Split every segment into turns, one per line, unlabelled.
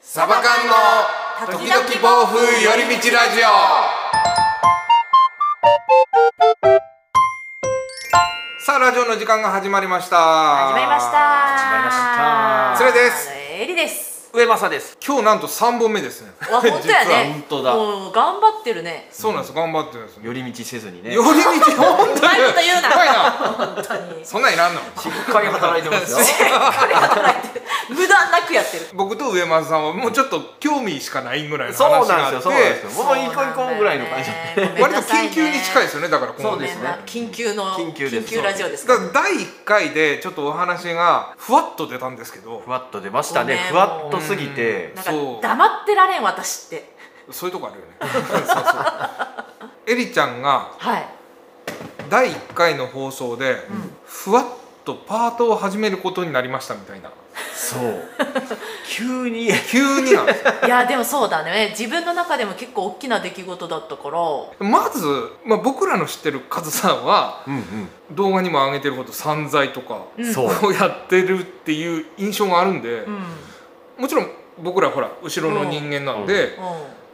サバ缶の時々暴風寄り道ラジオさあラジオの時間が始まりました
始まりました
まりました
それです
えりです
上政です。
今日なんと三本目ですね
わ本当や
実は
ね
本当だ
もう頑張ってるね
そうなんです頑張ってるんですよ
寄り道せずにね。
寄り道本当に
うまいこと言うな
すごいな
本当に
そんなんいらんの
しっかり働いてますよ。
無駄なくやってる
僕と上松さんはもうちょっと興味しかないぐらいの
そう
話が
なん
あっ
ですよ。そうなんで
て
すよ。僕も行こう行こうぐらいの感じ。
割と緊急に近いですすよねだからこの
そうですね
緊急の
緊急です
緊急ラジオです
だ
か
から第1回でちょっとお話がふわっと出たんですけど
ふわっと出ましたね
ごめ。ん
ふわっとすぎて。
なん
そう
か黙ってられん私って
そういうとこあるよね そうそうエリちゃんが
はい
第1回の放送で、ふわっとパートを始めることになりましたみたいな
そう。急に。
急になんですよ
いやでもそうだね 自分の中でも結構大きな出来事だったから
まず、まあ、僕らの知ってるカズさんは
うん
動画にも上げてること散財とか
うん。そう。
をやってるっていう印象があるんで
う、んうん
もちろん僕らほら後ろの人間なんで、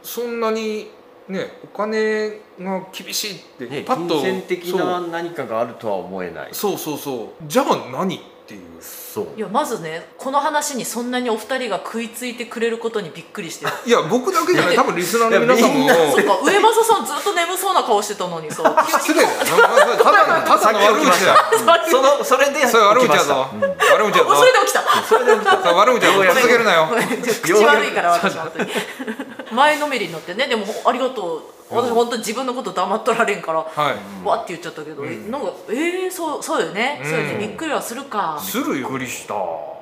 そんなにねお金が厳しいって、
ね、
パッと
金銭的な何かがあるとは思えない。
そうそうそうそうじゃあ何っていう
そう
い。やまずねこの話にそんなにお二人が食いついてくれることにびっくりしてる
いや僕だけじゃない多分リスナーの皆さんも
いやみん
そっか 上政さんずっと眠そうな顔してたのにさ
失礼だよただのただの悪口だよ
うんそのそれで
それ悪口だぞ
起きま
悪口だぞ
おそれで起きた
したうんそれで起きた
それ悪口だぞ続けるなよ
ご めん口悪いから私本当に前のめりになってねでもありがとう私本当自分のこと黙っとられんから、
はい
わって言っちゃったけど、
ん
なんかええそうそうよね、
うん
そうやってびっくりはするか
するよ
びっくりした。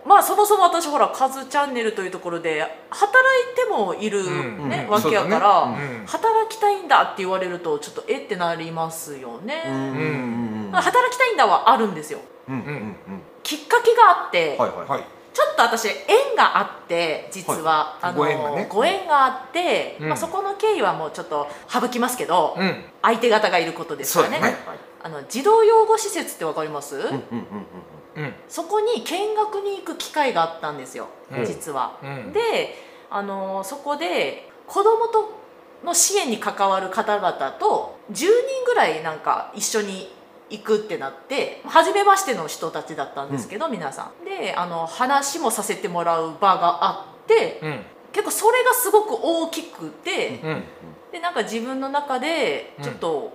まあそもそも私ほら「カズチャンネル」というところで働いてもいる、
うん
ね
うん
わけやから、
そうだ
ねうん
働きたいんだって言われるとちょっとえってなりますよね、
うんうんうんうん
まあ働きたいんだはあるんですよ
うんうんうん
きっかけがあって、
うん。はいはい。
はい
ちょっと私縁があって実は、
はい
あの
ご縁がね
ご縁があって、
うん
まあ、そこの経緯はもうちょっと省きますけど、
うん
相手方がいることですからね
そうだね
はい。
あの児童養護施設ってわかります、
うんうんうんうん。
うん
そこに見学に行く機会があったんですよ、
うん
実は。
うん
であのそこで子どもとの支援に関わる方々と10人ぐらいなんか一緒に行くってなって初めましての人たちだったんですけど、皆さん。であの話もさせてもらう場があって
うん
結構それがすごく大きくて
うん
でなんか自分の中で
うん
ちょっと、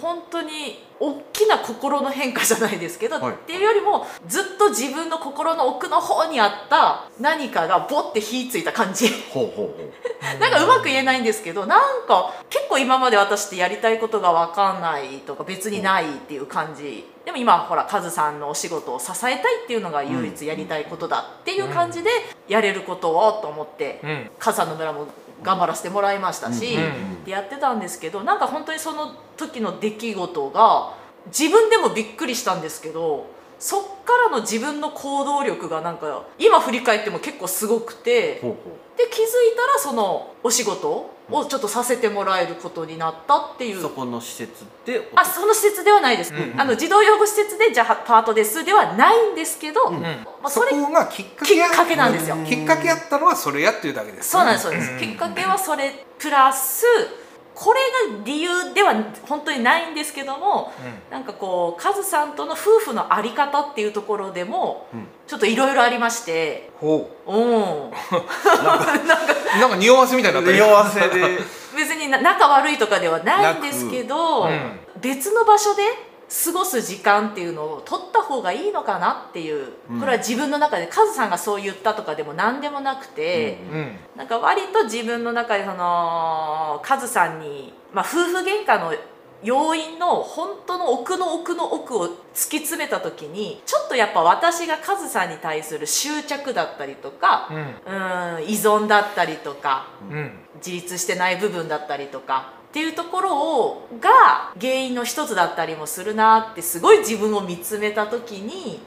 本当に大きな心の変化じゃないですけど、
はい
っていうよりもずっと自分の心の奥の方にあった何かがボッて火ついた感じ
ほうほうほう。
なんかうまく言えないんですけどなんか結構今まで私ってやりたいことが分かんないとか別にないっていう感じでも今ほらカズさんのお仕事を支えたいっていうのが唯一やりたいことだっていう感じでやれることをと思って
うん
カズさんの村も頑張らせてもらいましたし。
うんうん
でやってたんですけどなんか本当にその時の出来事が自分でもびっくりしたんですけどそっからの自分の行動力がなんか今振り返っても結構すごくて
ほうほう。
で気づいたらそのお仕事をちょっとさせてもらえることになったっていう
そこの施設でお
あその施設ではないです、
うん
あの児童養護施設でじゃあパートですではないんですけど、
うん
う
ま
ん
あ、
そ
それ
こがきっかけや
きっかけなんですよ
きっかけやったのはそれやっていうだけですね
そうなんですそうです、きっかけはそれプラスこれが理由では本当にないんですけども、
う
なんかこうカズさんとの夫婦のあり方っていうところでも、
うん
ちょっといろいろありまして
んほ
うん
うなんか匂わせみたいになった
匂わせで
別にな仲悪いとかではないんですけど、
なくうん
別の場所で過ごす時間っていうのを取った方がいいのかなっていう、
うん
これは自分の中でカズさんがそう言ったとかでも何でもなくて、
うん
なんか割と自分の中でそのカズさんに、まあ、夫婦喧嘩の要因の本当の奥の奥の奥を突き詰めた時にちょっとやっぱ私がカズさんに対する執着だったりとか
うん
うーん依存だったりとか
うん
自立してない部分だったりとかっていうところをが原因の一つだったりもするなってすごい自分を見つめた時に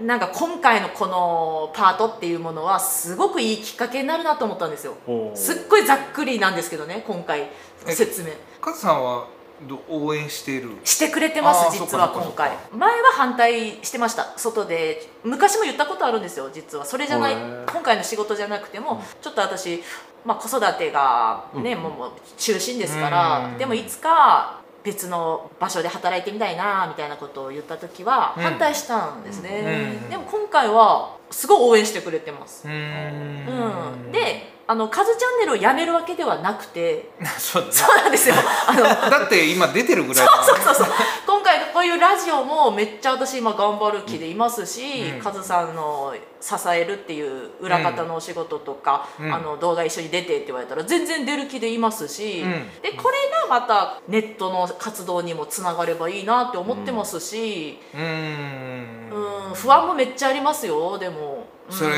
うん
なんか今回のこのパートっていうものはすごくいいきっかけになるなと思ったんですよ。
ほう
すっごいざっくりなんですけどね今回
え
説明
カズさんはど応援している
してくれてま
あー
す
そっ
実
か
は
そっか
今回前は反対してました外で昔も言ったことあるんですよ実はそれじゃない
へー
今回の仕事じゃなくても、
うん
ちょっと私、まあ、子育てがね、
うん
もうもう中心ですから、
うん
でもいつか別の場所で働いてみたいなみたいなことを言った時は
うん
反対したんですね、
うん
でも今回はすごい応援してくれてます、
うー
うん
ん
であのカズチャンネルをやめるわけではなくて
そうだね
そうなんですよあの
だって今出てるぐらいだ
そうそうそう 今回こういうラジオもめっちゃ私今頑張る気でいますし、
うん
カズさんの支えるっていう裏方のお仕事とか、
うん
あの動画一緒に出てって言われたら全然出る気でいますし、
うん
でこれがまたネットの活動にもつながればいいなって思ってますし、
うーん
うん不安もめっちゃありますよでも。うん
それ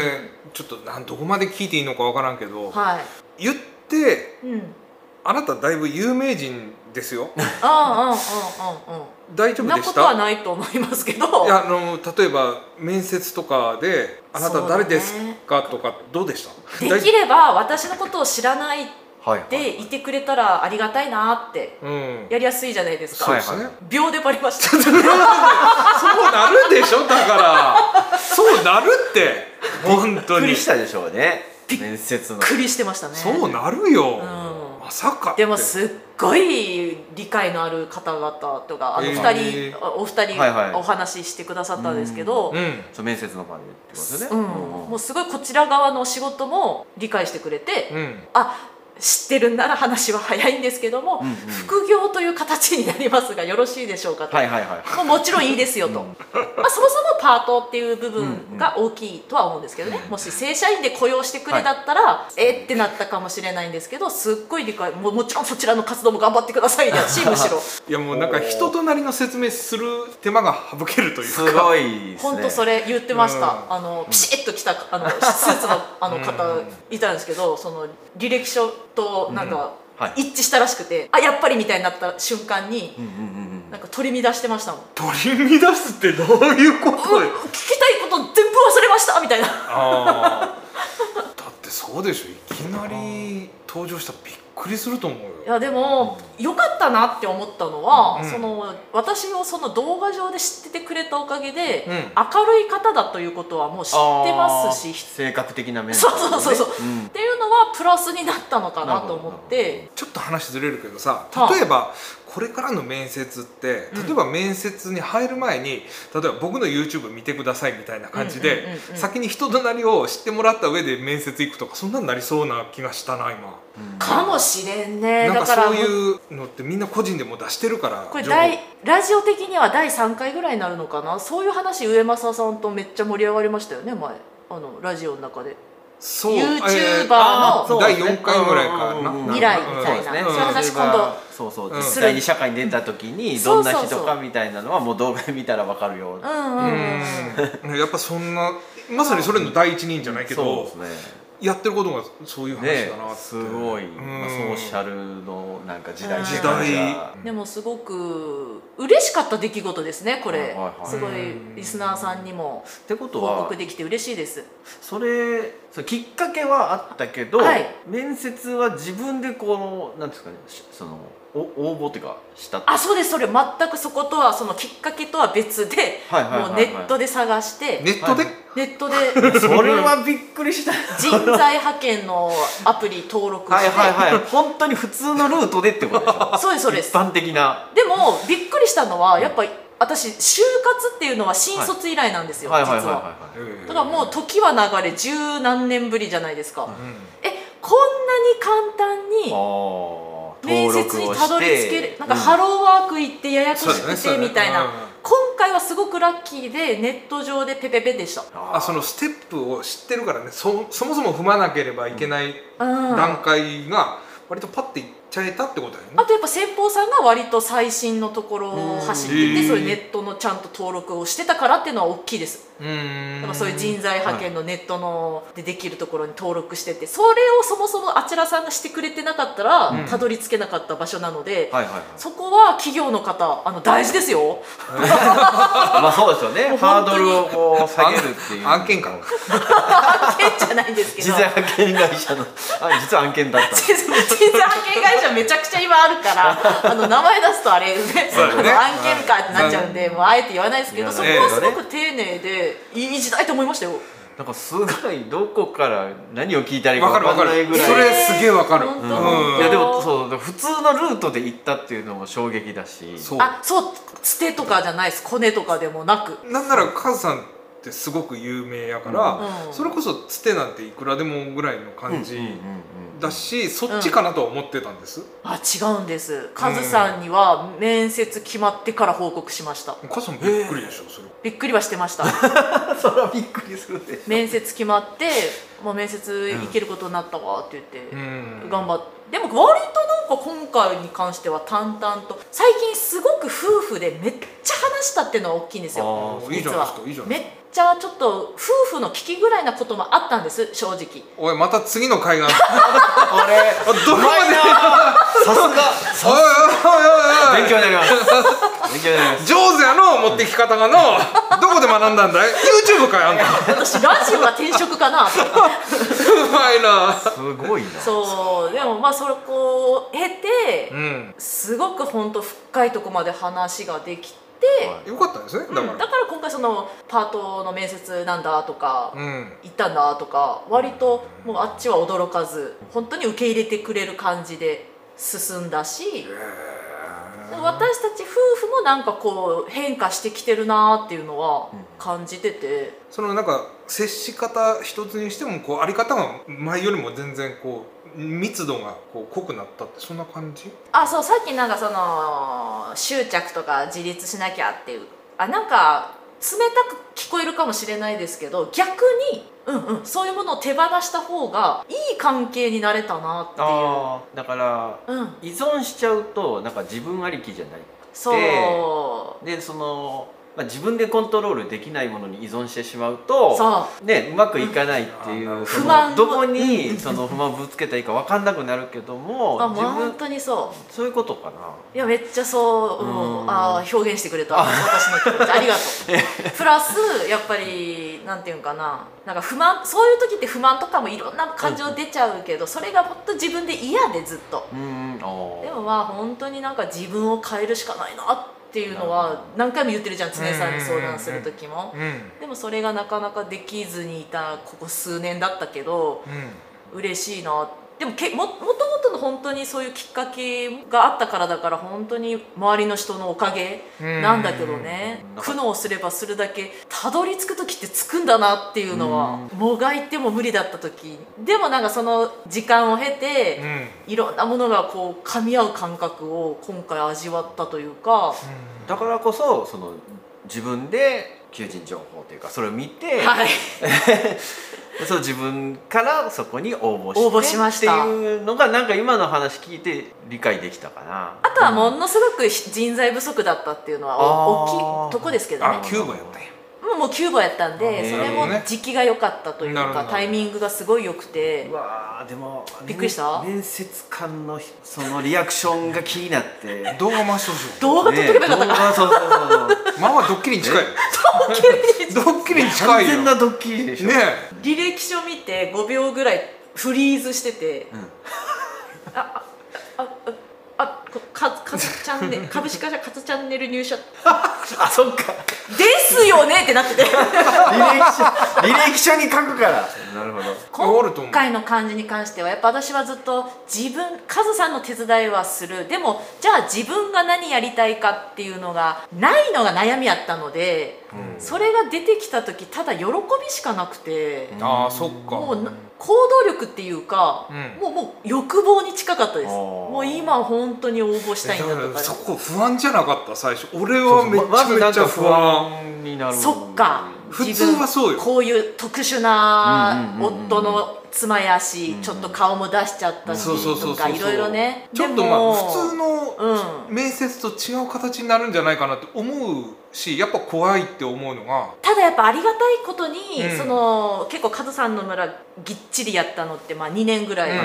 ちょっとなんどこまで聞いていいのかわからんけど
はい
言って
うん、
あなただいぶ有名人です よ
ああうんうんうんうん
大丈
そん
夫
な
で
こ
し
とは
た
ないと思いますけど
いやあの例えば面接とかで「あなた誰ですか?」とかどうでした
できれば私のことを知らない
はいはい
でいてくれたらありがたいなって
うん
やりやすいじゃないですか、
そうですね
はい
秒でバレました
そうなるでしょだからそうなるって本
び
当
っく
に
りしたでしょうね
びっ
面接の
くりしてましたね
そうなるよ、
うん
まさかって
でもすっごい理解のある方々とかあの
え
二
ー
人、お二人
はいはい
お話ししてくださったんですけど、
うん
そう面接の場でってことですよ
う
ね
んもうすごいこちら側のお仕事も理解してくれて、
うん
あ知ってるんなら話は早いんですけども、
うんうん
副業という形になりますがよろしいでしょうかと、
はいはいはい
もうもちろんいいですよと、
うん
まあ、そもそもパートっていう部分が大きいとは思うんですけどね、
うん
もし正社員で雇用してくれだったら、えってなったかもしれないんですけどすっごい理解もうもちろんそちらの活動も頑張ってくださいだしむしろ
いやもうなんか人となりの説明する手間が省けるというか
すごいですね
本当それ言ってました、
うん
あのピシッときたあのスーツのあの方
うん
いたんですけどその履歴書となんか
うんはい
一致したらしくて、あやっぱりみたいになった瞬間に
うんうんうんうん
なんか取り乱してましたもん。
取り乱すってどういうことよ
聞きたいこと全部忘れましたみたいな
あーだってそうでしょいきなり登場したらびっくりすると思うよ
いやでも良かったなって思ったのは、
うん
その私をその動画上で知っててくれたおかげで、
うん
明るい方だということはもう知ってますし
あー
っ
性格的な面
そうそうそうそう
う、ん
ていうのはプラスになったのかなと思っ
なる
て
ちょっと話ずれるけどさ
はあ
例えばこれからの面接って
うん
例えば面接に入る前に例えば僕の YouTube 見てくださいみたいな感じ
うんうんうん
で
うん
先に人となりを知ってもらった上で面接行くとかそんなんなりそうな気がしたな今
うん
かもしれんね
なん
だ
か
から
そういうのってみんな個人でも出してるから
これ
情報
第ラジオ的には第3回ぐらいになるのかなそういう話上政さんとめっちゃ盛り上がりましたよね前あのラジオの中で
そう
YouTuber
あー
そう
第4回ぐらいか
うんうんうん
な
未来みたいな
うん
そういう
うん
話今度
そうそう
うん
実際に社会に出た時に
そ
ど
うん
な
そうそう
人かみたいなのはもう動画で見たらわかるよ
うんうん、うん
うんやっぱそんなまさにそれの第一人じゃないけど、
そうですね
やってることがそういう話
ね
だなって
すごい、まあソーシャ
ル
ルのなんか時代
うん
時
っていう
代
感じが
でもすごく嬉しかった出来事ですねこれ、
はいはいはい
すごいリスナーさんにも
ってこと
報
は
告できて嬉しいです
それそれきっかけはあったけど、
はい
面接は自分でこのなんていうんですかねしそのお応募っていうかしたって
あそうですそれ全くそことはそのきっかけとは別で、
はいはいはいはい
もうネットで探して、
ネットで、
はい
ネットで
それはびっくりした
人材派遣のアプリ登録して
はいはいはい本当に普通のルートでってことでし ょ
そうですそうです
一般的な
でもびっくりしたのはやっぱり私就活っていうのは新卒以来なんですよ、
はいはいはい
実は
はいはい
ええ
だからもう時は流れ十何年ぶりじゃないですか、
うん
えこんなに簡単に
あー
面接
登
に
録を
た
して
どり着けるなんか
うん
ハローワーク行ってややこし
そうだね
く
そう
て
だね
みたい
うん
な今回はすごくラッキーでネット上でペペペでした
あそのステップを知ってるからねそそもそも踏まなければいけない
うん
段階が割とパッていっちゃえたってことだよね、
あとやっぱ先方さんが割と最新のところを走って
う
て
ん
そういうネットのちゃんと登録をしてたからっていうのは大きいです
うーん
だからそういう人材派遣のネットのでできるところに登録しててそれをそもそもあちらさんがしてくれてなかった
う
ら
ん
たどり着けなかった場所なので
はいはいはい
そこは企業の方あの大事で すよ
まあそうですよ
も
ね
う本
ハー
当
ド
に
ルをこう下げるっていう
案件か
案件じゃないんですけ
人
ど
材派遣会社のあ実は案件だったんです
人材派遣会社社めちゃくちゃ今ある からあの名前出すとあれ、ね
そうだね
あの案件かってなっちゃうんで、もうあえて言わないですけど、
言
そ
わ
こ
ない
はすごく丁寧でいい時代と思いましたよ。
なんかすごいどこから何を聞いたらいいか
わかるわ
分
か
かんない
る
ぐらい
それすげえわかる、
本当
うん
うん
いやでもそう普通のルートで行ったっていうのも衝撃だし
そう
あそうつてとかじゃないですコネとかでもなく。
なんならカズさんってすごく有名やから、
うん
それこそつてなんていくらでもぐらいの感じ
うんうんうん
だし、そっちかなとは思ってたんです、
あ違うんですカズさんには面接決まってから報告しました
カズさんびっくりでしょそれ
びっくりはしてました
それはびっくりするでしょ
面接決まってもう面接行けることになったわって言って、
うん
頑張ってでも割となんか今回に関しては淡々と最近すごく夫婦でめっちゃ話したっていうのは大きいんですよ
あー
いいじゃない
実
で
は
すかいいじゃな
め
い
っちゃちょっと夫婦の危機ぐらいなこともあったんです正直
おいまた次の会が
あれ
あどこま で
さす
おいおい
が
おいおい
勉強になります勉強になります
上手やの持ってき 方がのどこで学んだんだい YouTube かいあんたう
私ラジオが転職 かなと
まいな
すごいな
そうでもまあそこを経て、
うん
すごく本当深いとこまで話ができて、
はい
よかったですね
うん
だ
だ
か
から
ら、
今回そのパートの面接なんだとか、
うん
行ったんだとか割ともうあっちは驚かず本当に受け入れてくれる感じで進んだし私たち夫婦もなんかこう変化してきてるなっていうのは感じてて、
そのなんか接し方一つにしてもこうあり方が前よりも全然こう密度がこう濃くなったってそんな感じ
あそうさっきなんかその執着とか自立しなきゃっていうあなんか冷たく聞こえるかもしれないですけど逆に、うんうん、そういうものを手放した方がいい関係になれたなっていう。
あーだから
うん、
依存しちゃうとなんか自分ありきじゃない
そう
でその、まあ、自分でコントロールできないものに依存してしまうと
そう
う,、ね、うまくいかないっていう
うん
その
不満を
どこに
うん
その不満をぶつけたらいいか分かんなくなるけども
あ
自
もう本
分
当にそう
そういうことかない
やめっちゃそう、う、
うんん
あー表現してくれた私の気持ちあり がとうプラスやっぱりなんていうんかななんか不満そういう時って不満とかもいろんな感情出ちゃうけどそれがほんと自分で嫌でずっと
うんうんあ
で
ー
もまあ本当になんか自分を変えるしかないなっていうのは何回も言ってるじゃん常さんに相談する時も
うんうん
でもそれがなかなかできずにいたここ数年だったけど嬉しいなでもけももともとの本当にそういうきっかけがあったからだから本当に周りの人のおかげ
うん
なんだけどね
うん
苦悩すればするだけたどり着く時ってつくんだなっていうのはもがいても無理だった時でもなんかその時間を経て、
うんうん
いろんなものがこう噛み合う感覚を今回味わったというか、
だからこそその自分で求人情報というかそれを見て、
はい、
そう自分からそこに応募して
応募しました
っていうのがなんか今の話聞いて理解できたかな
あとはものすごく人材不足だったっていうのはお
あー
大きいとこですけどね
あキューバやったんや
もうもうキューバやったんで
あ
そ
な
れ
る
ほ
も
どね
時期が良かったという
なるほど
かタイミングがすごい良くて
うわーでも
びっくりした
面面接官のそのリアクションが気になって ね
動画回してほしい
動画撮っとけばよかったか
動画そうそうそうそう
まあまあドッキリに近いドッキリに近
完
いよ
全
ね
なドッキリでしょ、
え
履歴書見て5秒ぐらいフリーズしてて
うん
あああこかかずチャン ネル株式会社かずチャンネル入社で
あそっか
すよねって なってて
履歴書履歴書に書くからなるほど
終わると思う
今回の感じに関してはやっぱ私はずっと自分カズさんの手伝いはするでもじゃあ自分が何やりたいかっていうのがないのが悩みやったので
うん
それが出てきた時ただ喜びしかなくて。
ああそっか
もうな行動力っていうか、
うん
もうもう欲望に近かったです
あー
もう今本当に応募したいんだと
だから
か
そこ不安じゃなかった最初俺はめちゃめちゃ不安
安になる
そっか
普通はそうよ
こういう特殊な
うんうんうんうん
夫の妻やし、
うん
ちょっと顔も出しちゃったし
そうそうそ
と
うそ
か
う
いろいろね
ちょっとまあ普通の
のうん
面接と違う形になるんじゃないかなって思うしやっぱ怖いって思うのが
ただやっぱありがたいことに、
うん
その結構カズさんの村ぎっちりやったのって、まあ、2年ぐらい
うんうん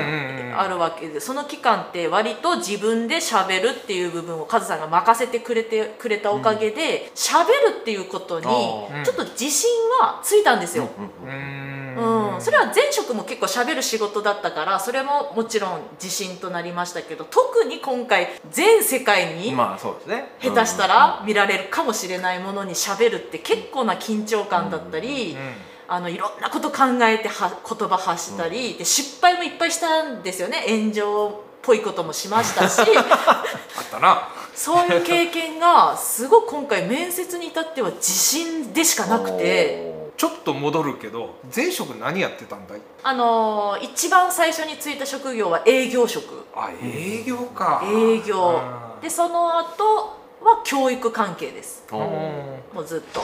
うん
あるわけで、その期間って割と自分でしゃべるっていう部分をカズさんが任せてくれてくれたおかげでしゃべるっていうことに
あ
ー
ちょっと自信はついたんですよ。
う
うん
ー
うんうん、それは前職も結構しゃべる仕事だったからそれももちろん自信となりましたけど特に今回全世界に
まあそうですね
下手したら見られるかもしれないものにしゃべるって結構な緊張感だったり、あのいろんなこと考えては言葉発したり、で失敗もいっぱいしたんですよね炎上っぽいこともしました し
あったな
そういう経験がすごく今回面接に至っては自信でしかなくて。
ちょっと戻るけど前職何やってたんだい
あのー一番最初に就いた職業は営業職
あ営業か
営業
あー
でその後は教育関係です
おーお
もうずっと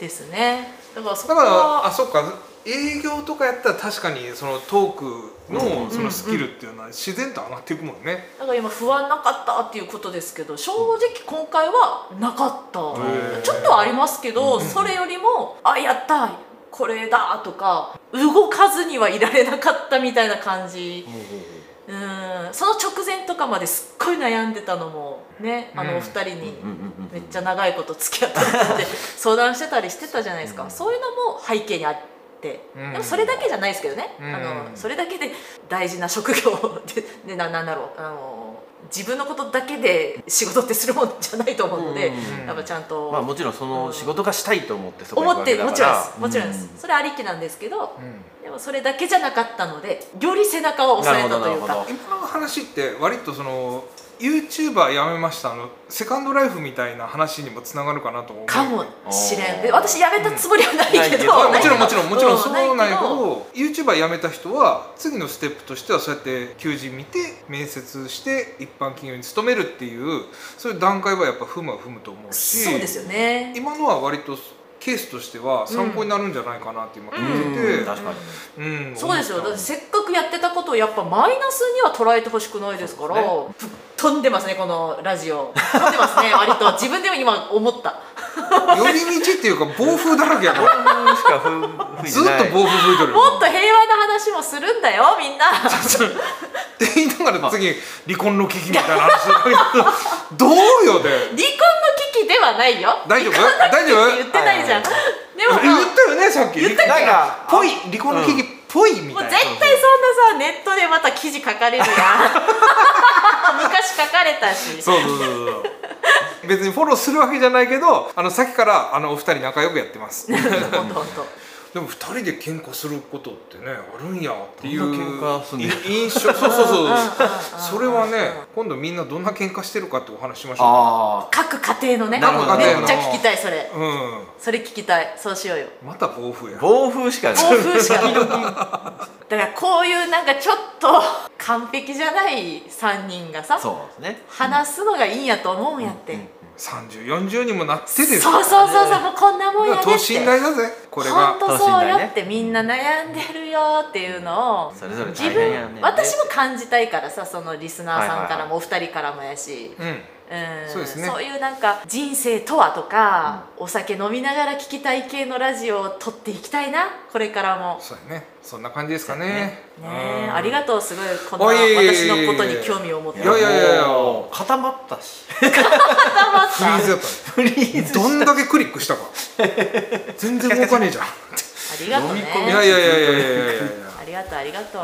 ですねだからそ
だ
こ
から
は
あそっか営業とかやったら確かにそのトーク
うん
のそのスキルっていうのは自然と上がっていくもんね、
だから今不安なかったっていうことですけど正直今回はなかった
へー
ちょっとはありますけど
うん
それよりもあやったこれだとか動かずにはいられなかったみたいな感じ
ー
うんその直前とかまですっごい悩んでたのもねあ
うん
のお二人に
うんうんうんうん
めっちゃ長いこと付き合ったりして相談してたりしてたじゃないですか、
うん
そういうのも背景にあっ
う
て、
ん
でもそれだけじゃないですけどね、
うん
あのそれだけで大事な職業 ででななんだろうあの自分のことだけで仕事ってするもんじゃないと思うので、
うん
やっぱちゃんと、
まあもちろんその仕事がしたいと思ってそこに行く
思っ
わけ
て
だ
も
か
ちろんで
ら
すもちろんです、それありきなんですけど
うん
でもそれだけじゃなかったのでより背中を押さえたという
なるほどなる
か
ほ
今の話って割とその YouTuber 辞めましたあのセカンドライフみたいな話にもつながるかなと思う
かもしれんで
あー
私やめたつもりはないけど、
まあ
うん
もちろんもちろんもちろんそう
ないけど
なんやけど YouTuber 辞めた人は次のステップとしてはそうやって求人見て面接して一般企業に勤めるっていうそういう段階はやっぱ踏むは踏むと思うし
そうですよね
今のは割とケースとしては参考になるんじゃないかなって今聞いて
う
て
ん確かに
うん、
そうですよだ
思
っ
って
せっかくやってたことをやっぱマイナスには捉えてほしくないですから
そ
ぶっ飛んでますねこのラジオ飛んでますね割と自分でも今思った
た寄り道っていうか暴風だらけや から
しかふ吹い
ず
て
っと
ない
暴風吹いてるよ
もっと平和な話もするんだよみんな
って言いながら次離婚の危機みたいな話だけどどうよで
離婚の危機ではないよ
大丈夫大丈夫
言ってないじゃん、
は
でも
俺
まあ
言ったよねさっき
言ったっ
な
け
んかぽい離婚の危機っぽいみ
もう
たい
絶
な
対そんなさネットでまた記事書かれるやん昔書かれたし
そうそうそうそう別にフォローするわけじゃないけどあのさっきからあのお二人仲良くやってますで
ほんとほんと
も二人で喧嘩することってねあるんやっていう
どんな喧嘩すんの
い印象そうそうそう
うんうんうん
それはね今度みんなどんな喧嘩してるかってお話しましょ
あ
各家庭のね
なるほど
めっちゃ聞きたいそれ
うう
それ聞きたいそうしようよ
んまた暴風や
あ暴風しかない
暴風しかないだからこういうなんかちょっと完璧じゃない3人がさ
そうですね
話すのがいいんやと思うんやって、
うんうん
3040にもなって
そう
です
そうそうそうもうこんなもんやでって
等身大だぜこれが
本当そうよ
等身大ね
ってみんな悩んでるよっていうのを
それぞれ
自
大変やね
分私も感じたいからさそのリスナーさんからもお二人からもやし、
うん
うん
そうですね
そういうなんか人生とはとか、お酒飲みながら聞きたい系のラジオを撮っていきたいなこれからも
そうやねそんな感じですかね
ねえありがとうすごいこの
おい
私のことに興味を持って
いやいやいやいや
もう固まったし
固ま
フ
っ
リ
たあ
ーズやった
フリー
ね
ズ
どんだけクリックしたか全然動かねえじゃん
りがとうね
飲み込
いやいやいやいやいやいや
ありがとうありがとう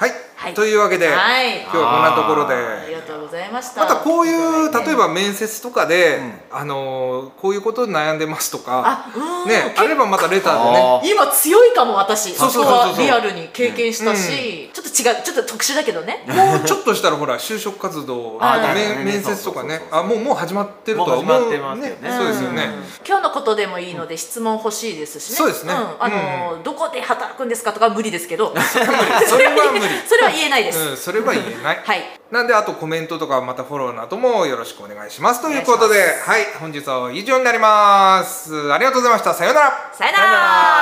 はい、
はい
というわけで、
はい
今日はこんなところで
ありがとうございました
またこういう例えば
ね
面接とかで、
う
あのーこういうことに悩んでますとか
あうん
ねあればまたレターでね
あー
今強いかも私
そそ
そう
うそうそう
こはリアルに経験したし、ちょっと違うちょっと特殊だけどね
もうちょっとしたらほら就職活動
あ
とか
だ
め
よね
面接とかね
そうそうそうそう
あもうもう始まってるとは思う
もう始まってますよね
そうですよね、
ん今日のことでもいいので質問欲しいですしね
そうですね
んあのーどこで働くんですかとかは無理ですけど
それは無理
それは言えないです、
うん、それは言えない
はい
なんであとコメントとかまたフォローなどもよろしくお願いしますということで
お願いしま
はい本日は以上になりますありがとうございましたさようなら
さよなら